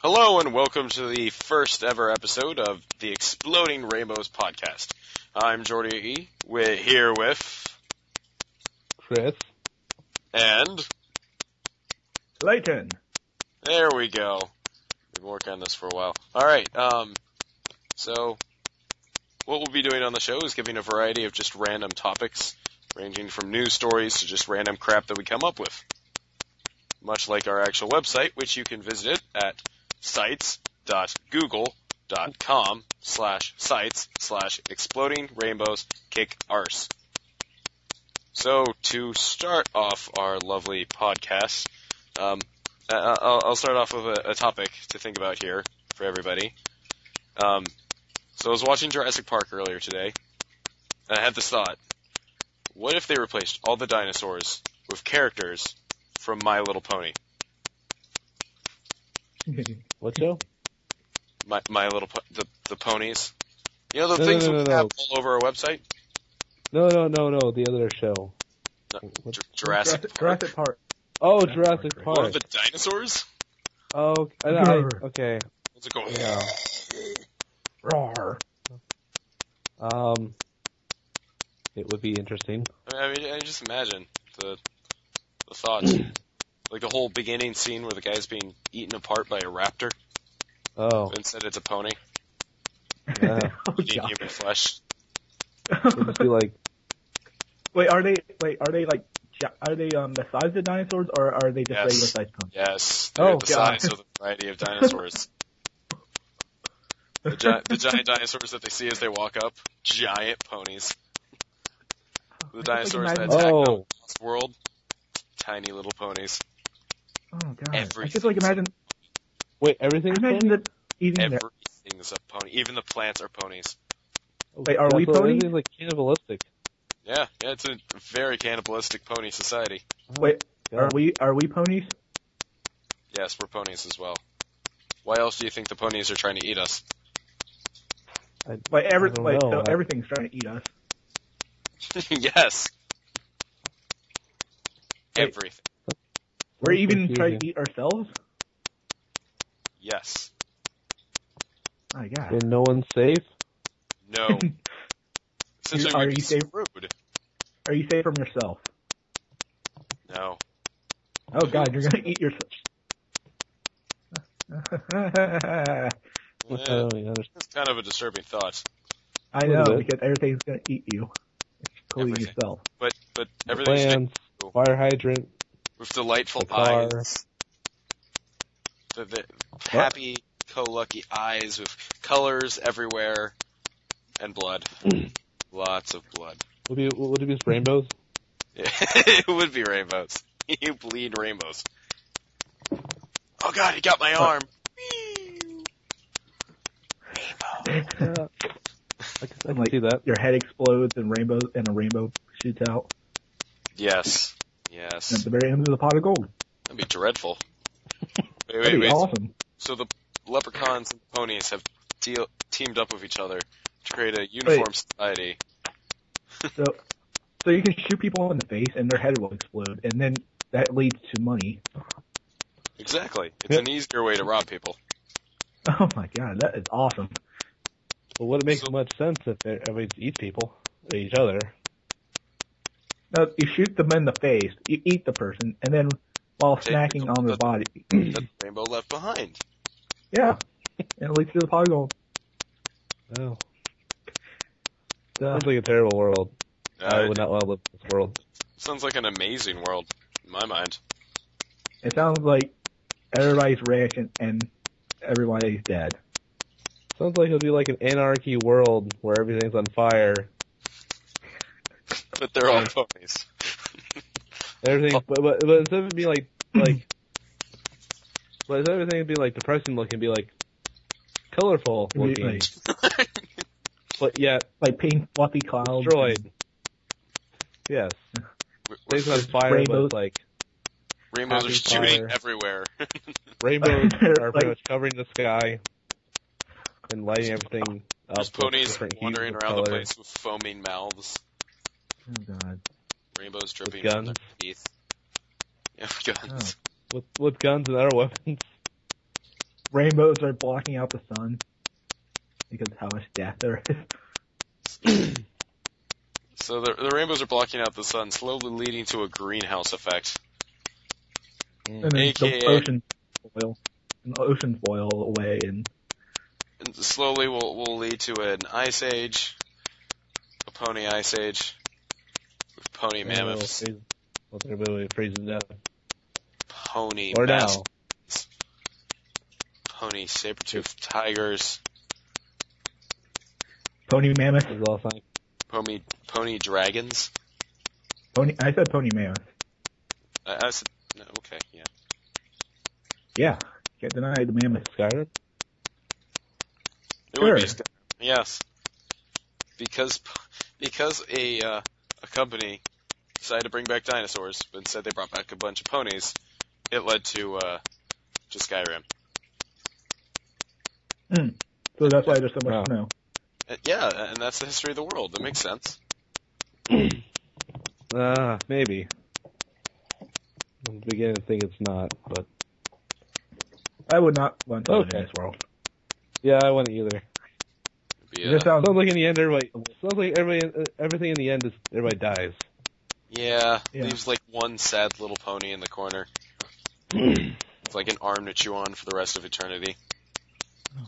Hello and welcome to the first ever episode of the Exploding Rainbows podcast. I'm Jordy E. We're here with Chris. and Leighton. there we go. We've been working on this for a while. All right. Um, so what we'll be doing on the show is giving a variety of just random topics, ranging from news stories to just random crap that we come up with. Much like our actual website, which you can visit at sites.google.com slash sites slash exploding rainbows kick arse. So to start off our lovely podcast, um, I- I'll, I'll start off with a, a topic to think about here for everybody. Um, so I was watching Jurassic Park earlier today, and I had this thought: What if they replaced all the dinosaurs with characters from My Little Pony? What show? My, My Little po- the the ponies. You know the No, no, things no, that we no, have no. all over our website, No, no, no, no. The other show. No. What- Ju- Jurassic. Jurassic, Jurassic Park. Oh, Jurassic Jurassic Park, Park. One of the dinosaurs. Oh, I- I- Grr. okay. What's it going? Yeah. Roar. Um, it would be interesting. I mean, I mean, I just imagine the the thoughts, like the whole beginning scene where the guy's being eaten apart by a raptor. Oh, Instead, it's a pony Yeah. Oh, eating God. human flesh. it'd just be like wait, are they wait, are they like gi- are they um the size of dinosaurs or are they just Yes. regular sized ponies? Yes, they're Oh, the God. size of the variety of dinosaurs. the, gi- the giant dinosaurs that they see as they walk up, giant ponies. The dinosaurs that imagine- attack oh, Lost World, tiny little ponies. Oh god. I Everything's just like imagine wait, everything. imagine that eating their Everything's a pony. Even the plants are ponies. Wait, are we ponies? Everything's like cannibalistic. Yeah, yeah, it's a very cannibalistic pony society. wait, Yeah. are we are we ponies? Yes, we're ponies as well. Why else do you think the ponies are trying to eat us? Wait, every, I don't wait, know. so I- everything's trying to eat us. yes. Wait. Everything. We're even Confusing. trying to eat ourselves? Yes. My god. And no one's safe. No. Essentially, Are we'd be you safe? screwed. Are you safe from yourself? No. Oh god, you're gonna eat yourself. Eh, I don't even understand. It's kind of a disturbing thought. I know Little bit. because everything's gonna eat you, including Everything. yourself. But but everything's made Plants, fire hydrant. with delightful The car. eyes. The, the happy, co-lucky eyes with colors everywhere and blood. Hmm. Lots of blood. Would be would it be rainbows? Yeah, it would be rainbows. you bleed rainbows. Oh god, he got my arm. Yeah. I can, I can Like- see that. Your head explodes and rainbow and a rainbow shoots out. Yes. And at Yes. the very end is a pot of gold. That'd be dreadful. Wait, That'd wait, be wait. awesome. So the leprechauns and ponies have deal- teamed up with each other to create a uniform society. So, so you can shoot people in the face and their head will explode, and then that leads to money. Exactly. It's Yep. an easier way to rob people. Oh my god, that is awesome. But would it make So- much sense if they everybody eats people, each other? Now, you shoot them in the face, you eat the person, and then while Take snacking the- on the- their body, That's rainbow left behind. yeah, and it leads to the pot of gold. Oh, Duh. sounds like a terrible world. I Uh, would not want to live in this world. sounds like an amazing world in my mind. It sounds like everybody's rich and, and everybody's dead. Sounds like it'll be like an anarchy world where everything's on fire. But they're all ponies. Everything, Oh. but, but, but instead of it being like like, but instead of everything being like depressing looking, be like colorful It'd be looking, like, but yet like pink fluffy clouds. destroyed. Yes, We're- we're things on fire, but rainbows. it's like Rainbows are Happy shooting fire. everywhere. rainbows are Like- pretty much covering the sky and lighting everything up. There's with ponies different hues wandering of around the color. place with foaming mouths, Oh god. rainbows dripping With from their guns. Oh. teeth. Yeah, with guns. with with guns and other weapons. rainbows are blocking out the sun because of how much death there is. So the, the rainbows are blocking out the sun, slowly leading to a greenhouse effect. And then the AKA. ocean boil, and the ocean boil away, and And slowly will will lead to an ice age, a pony ice age, with pony mammoths, Well, everybody freezes to death. pony Or mas- now. pony saber-toothed tigers, pony mammoth. This is all fine. pony pony dragons. Pony, I said pony mammoth. Uh, I, I said, no, okay, yeah. Yeah, can't deny the mammoth. Skyrim? It would be Sure. Skyrim. Yes. Because because a uh, a company decided to bring back dinosaurs, but instead they brought back a bunch of ponies. It led to uh, to Skyrim. So that's why there's so much Wow. snow. Uh, yeah, and that's the history of the world. That makes sense. Uh, maybe. I'm beginning to think it's not, but I would not want to live Okay. in this world. yeah, I wouldn't either. It'd be, It uh, just sounds Sounds like in the end, everybody. Sounds like everybody, everything in the end is everybody dies. yeah, Yeah. leaves like one sad little pony in the corner. it's like an arm to chew on for the rest of eternity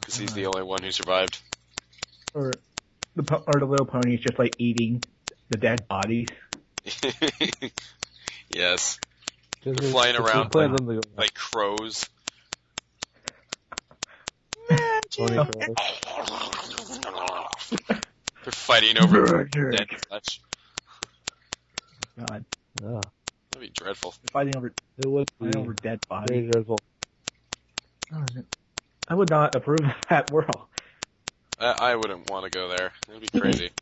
because he's Uh. the only one who survived. or the po- or the little pony is just like eating the dead bodies. yes, Just- They're flying just around. play them to go- like crows. Tony Yeah. Crow. They're fighting over dead flesh. God, Yeah. That'd be dreadful. fighting over It would be fighting over dead very bodies. dreadful. Oh, I would not approve of that world. I, I wouldn't want to go there. That'd be crazy.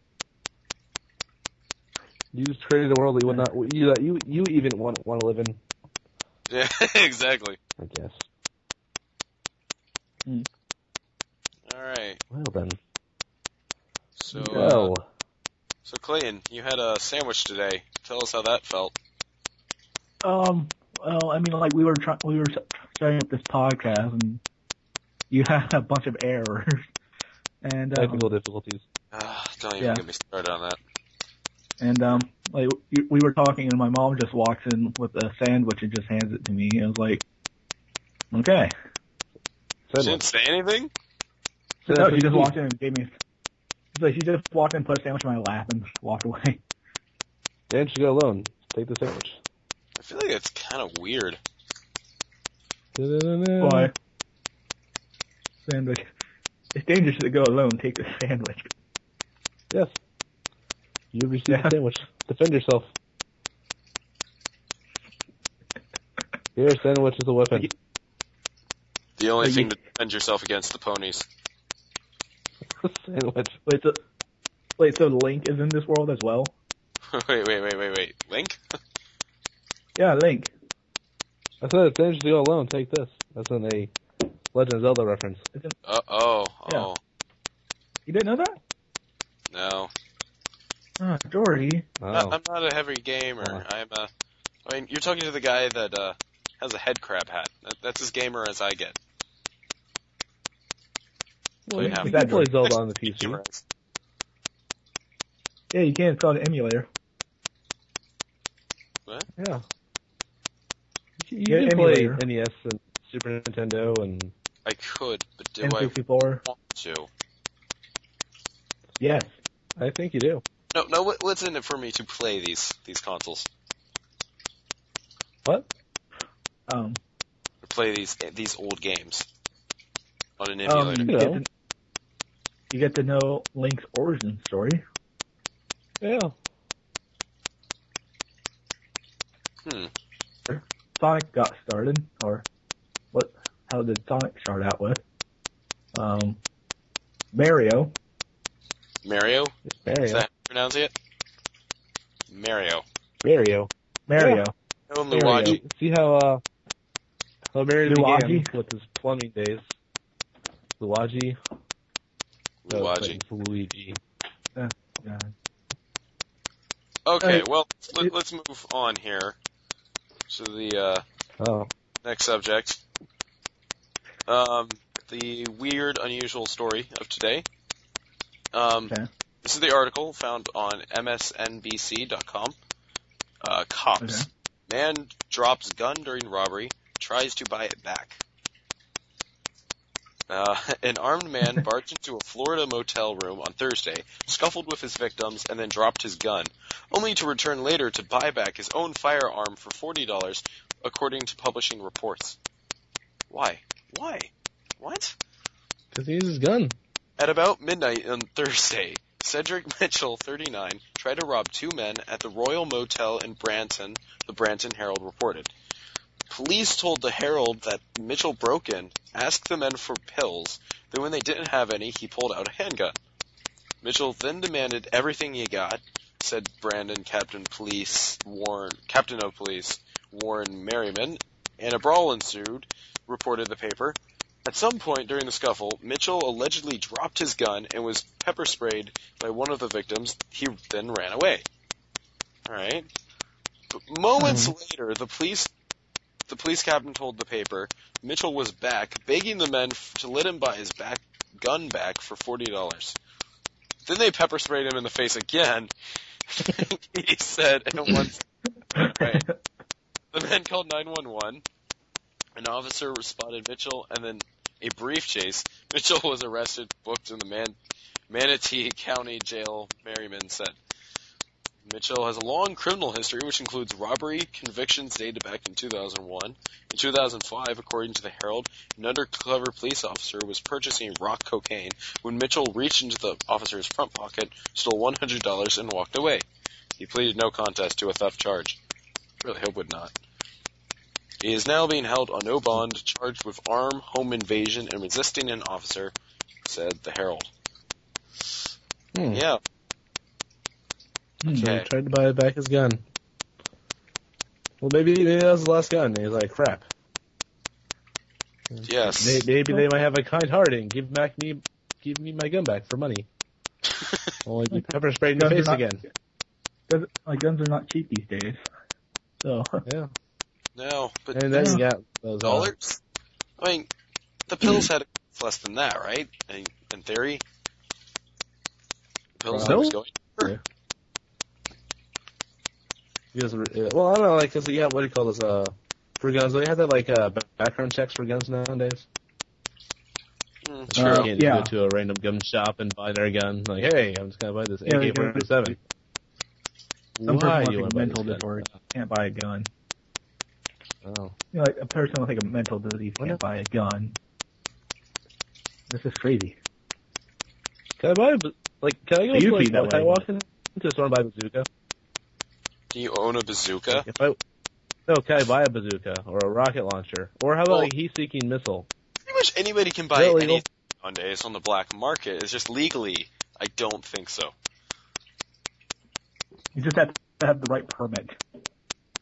You just created a world that you would not, you you you even want want to live in, yeah, exactly. I guess. All right. Well then, So, uh, well, so Clayton, you had a sandwich today. Tell us how that felt. Um, well, I mean, like we were trying, we were starting up this podcast, and you had a bunch of errors, and um, technical difficulties. Ah, don't even Yeah. get me started on that. and um, like you- we were talking, and my mom just walks in with a sandwich and just hands it to me. and I was like, okay, You didn't say anything. no, she just walked in and gave me. So she just walked in, put a sandwich in my lap, and walked away. And she got alone. Take the sandwich. I feel like that's kind of weird. Why? Sandwich. It's dangerous to go alone. Take the sandwich. Yes. You received Yeah. a sandwich. Defend yourself. Your sandwich is a weapon. The only Like, thing you- to defend yourself against the ponies. sandwich. Wait, so wait, so Link is in this world as well? wait, wait, wait, wait, wait. Link? Yeah, Link. I said it's dangerous to go alone. Take this. That's in a Legend of Zelda reference. Uh oh. Yeah. Oh You didn't know that? no. Ah, Oh, Dory. I- Wow. I'm not a heavy gamer. Oh. Wow. I'm a. I mean, you're talking to the guy that uh, has a head crab hat. That, that's as gamer as I get. Well, you yeah. can play Zelda on the PC. Gamer-ized. Yeah, you can. It's called an emulator. Yeah. You, you Yeah, can play emulator. NES and Super Nintendo and I could, but do I N64. want to? Yes. I think you do. No, no. What, what's in it for me to play these these consoles? What? Um, Or play these these old games on an um, emulator? you, No. get to, you get to know Link's origin story. Yeah. Sonic got started, or what? How did Sonic start out with? Um, Mario. Mario? Is that Mario. how you pronounce it? Mario. Mario. Mario. No, Mario. Luigi. See how uh how Mario began Luigi? with his plumbing days. Luigi. No, Luigi. it's Luigi. Yeah. Okay. Uh, Well, let, it- let's move on here to the uh, Oh. next subject. Um, the weird, unusual story of today. Um, Okay. This is the article found on MSNBC.com. Uh, cops. Okay. Man drops gun during robbery, tries to buy it back. Uh, an armed man barged into a Florida motel room on Thursday, scuffled with his victims, and then dropped his gun, only to return later to buy back his own firearm for $40, according to publishing reports. Why? Why? What? Because he used his gun. At about midnight on Thursday, Cedric Mitchell, 39, tried to rob two men at the Royal Motel in Branson, the Branson Herald reported. Police told the Herald that Mitchell broke in, asked the men for pills, then when they didn't have any, he pulled out a handgun. Mitchell then demanded everything he got, said Brandon Captain Police Warren Captain of Police Warren Merriman, and a brawl ensued, reported the paper. At some point during the scuffle, Mitchell allegedly dropped his gun and was pepper sprayed by one of the victims. He then ran away. All right. But moments later, the police the police captain told the paper Mitchell was back, begging the men f- to let him buy his back gun back for forty dollars. Then they pepper sprayed him in the face again. he said, and once Right. the men called 911. An officer spotted Mitchell, and then a brief chase. Mitchell was arrested, booked in the Man- Manatee County Jail, Merriman said. Mitchell has a long criminal history, which includes robbery convictions dated back in 2001. In 2005, according to the Herald, an undercover police officer was purchasing rock cocaine when Mitchell reached into the officer's front pocket, stole $100, and walked away. He pleaded no contest to a theft charge. Really hope would not. He is now being held on no bond, charged with armed home invasion and resisting an officer, said the Herald. Hmm. Yeah, So Okay. he tried to buy back his gun. Well, maybe, maybe that was the last gun. and He's like, crap. yes. May- Maybe they might have a kind heart and give back me, give me my gun back for money. Only be pepper sprayed in the Guns are face not- again. Doesn't- Like guns are not cheap these days. So Yeah, No, but and then he Yeah. got those uh, dollars? I mean, the pills had less than that, right? I mean, in theory, the pills Well, was going. he was, uh, well, I don't know, like, cause yeah, what do you call this? Uh, for guns, they have that like uh, ba- background checks for guns nowadays. Mm, True. You true. can't Uh, yeah. go to a random gun shop and buy their gun. Like, hey, I'm just gonna buy this Yeah, they do. AK-47. some Why person do you with want like to buy mental this disorder gun? can't buy a gun. Oh. You know, like a person with like a mental disease can't buy a gun. This is crazy. Can I buy a, baz- like, can I go You to, like, feed that if I way. walk in to the store and buy a bazooka? Do you own a bazooka? If I, no, can I buy a bazooka or a rocket launcher? Or how about Well- a heat-seeking missile? Pretty much anybody can Is buy that illegal? anything nowadays on the black market. It's just legally, I don't think so. You just have to have the right permit.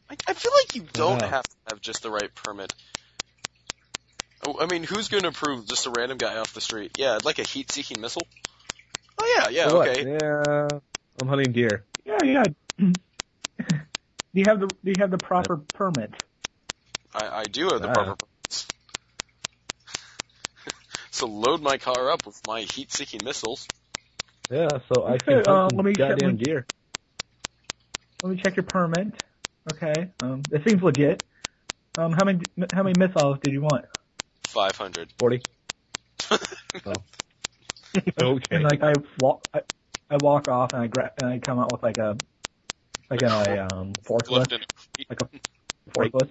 I, I feel like you don't know. have to have just the right permit. Oh, I mean, who's going to approve just a random guy off the street? Yeah, I'd like a heat-seeking missile. Oh yeah, yeah, For what? okay. Yeah, I'm hunting deer. Yeah, yeah. do you have the do you have the proper permit? I, I do have the Ah. proper permits. so load my car up with my heat-seeking missiles. Yeah, so I Okay, can hunt uh, some let me check goddamn my- deer. Let me check your permit. Okay. Um, it seems legit. Um, how many how many missiles did you want? Five hundred. 40. oh. okay. And like I walk, I, I walk off and I grab and I come out with like a like a um Left forklift, and like a forklift.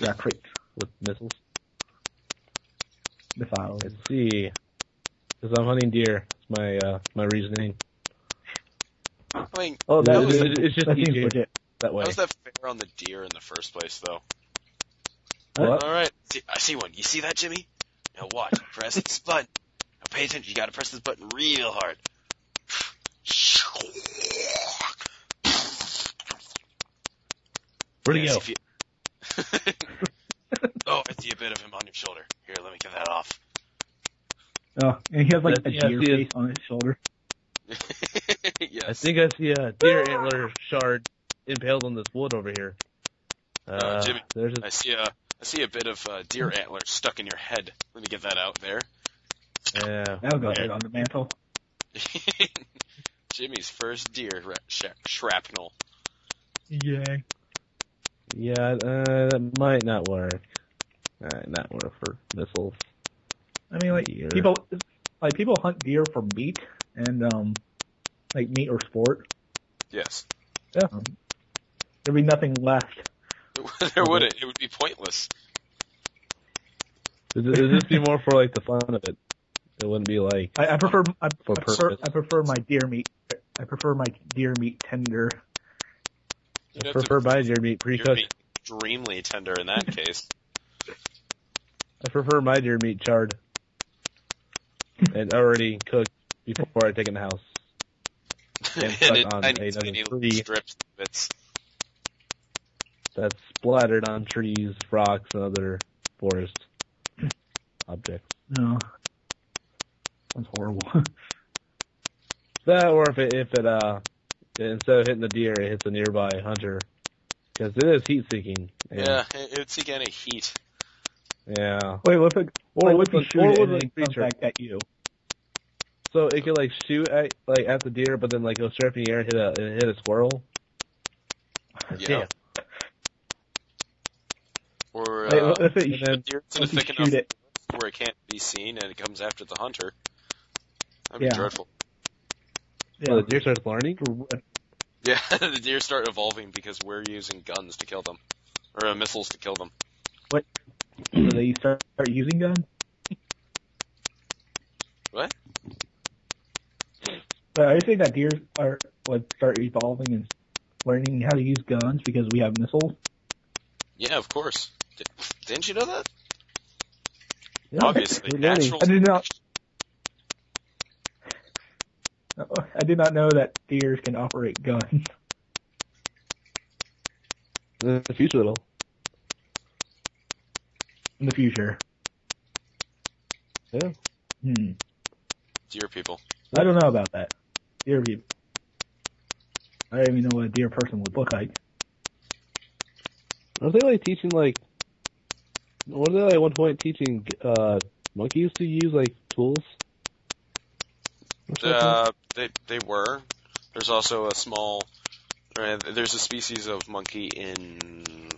Yeah, crate With missiles. missiles. Let's see. Because I'm hunting deer. That's my, uh, my reasoning. I mean, Oh, that that is, is- it's just That seems easier legit. that way. how was that fair on the deer in the first place, though? What? All right, see, I see one. You see that, Jimmy? Now watch. press this button. Now pay attention. You got to press this button real hard. Where'd he Yeah, go? see if you- oh, I see a bit of him on your shoulder. Here, let me get that off. Oh, and he has like That- a yeah, deer see it. face on his shoulder. I yes. think I see a deer antler shard impaled on this wood over here. Uh, Oh, Jimmy, there's a, I see a I see a bit of uh, deer antler stuck in your head. Let me get that out there. Yeah. That'll go right on the mantle. Jimmy's first deer ra- sha- shrapnel. Yeah. Yeah, uh, that might not work. Might not work for missiles. I mean, like Deer. people, like people hunt deer for meat and um, like meat or sport. Yes. Yeah. There'd be nothing left. Mm-hmm. there wouldn't. It would be pointless. It'd, it'd just be more for like the fun of it. It wouldn't be like I, I prefer, I, For prefer, purpose. I prefer my deer meat. I prefer my deer meat tender. You'd have to- prefer buy deer meat You'd be pre-cooked. extremely tender in that case. I prefer my deer meat charred and already cooked before I take it in the house. And And stuck in on tiny, another tiny little tree strips of bits. that's splattered on trees, rocks, and other forest objects. No. Sounds horrible. That, or if it, if it, uh, instead of hitting the deer, it hits a nearby hunter. Cause it is heat seeking. Yeah, it, it would seek any heat. Yeah. Wait, what if it, Or like, what with if you the, shoot or it with and it the comes creature. back at you? So it could like shoot at like at the deer, but then like go straight up in the air and hit a and hit a squirrel. Yeah. Or Like, uh, what if it, And then deer to what the if you thick enough shoot it? where it can't be seen and it comes after the hunter. That'd Yeah. be dreadful. Yeah. well, the deer starts learning. Yeah, the deer start evolving because we're using guns to kill them. Or uh, missiles to kill them. So they start, start using guns? What? But are you saying that deer are like start evolving and learning how to use guns because we have missiles? Yeah, of course. D- didn't you know that? Yeah. Obviously, They're learning. natural. I did not. I did not know that deers can operate guns. In the future though. in the future. Yeah. Hmm. Deer people. I don't know about that. Deer people. I don't even know what a deer person would look like. Aren't they like teaching like? Weren't they like, at one point teaching uh monkeys to use like tools? Or something? Uh, they they were. There's also a small. Uh, there's a species of monkey in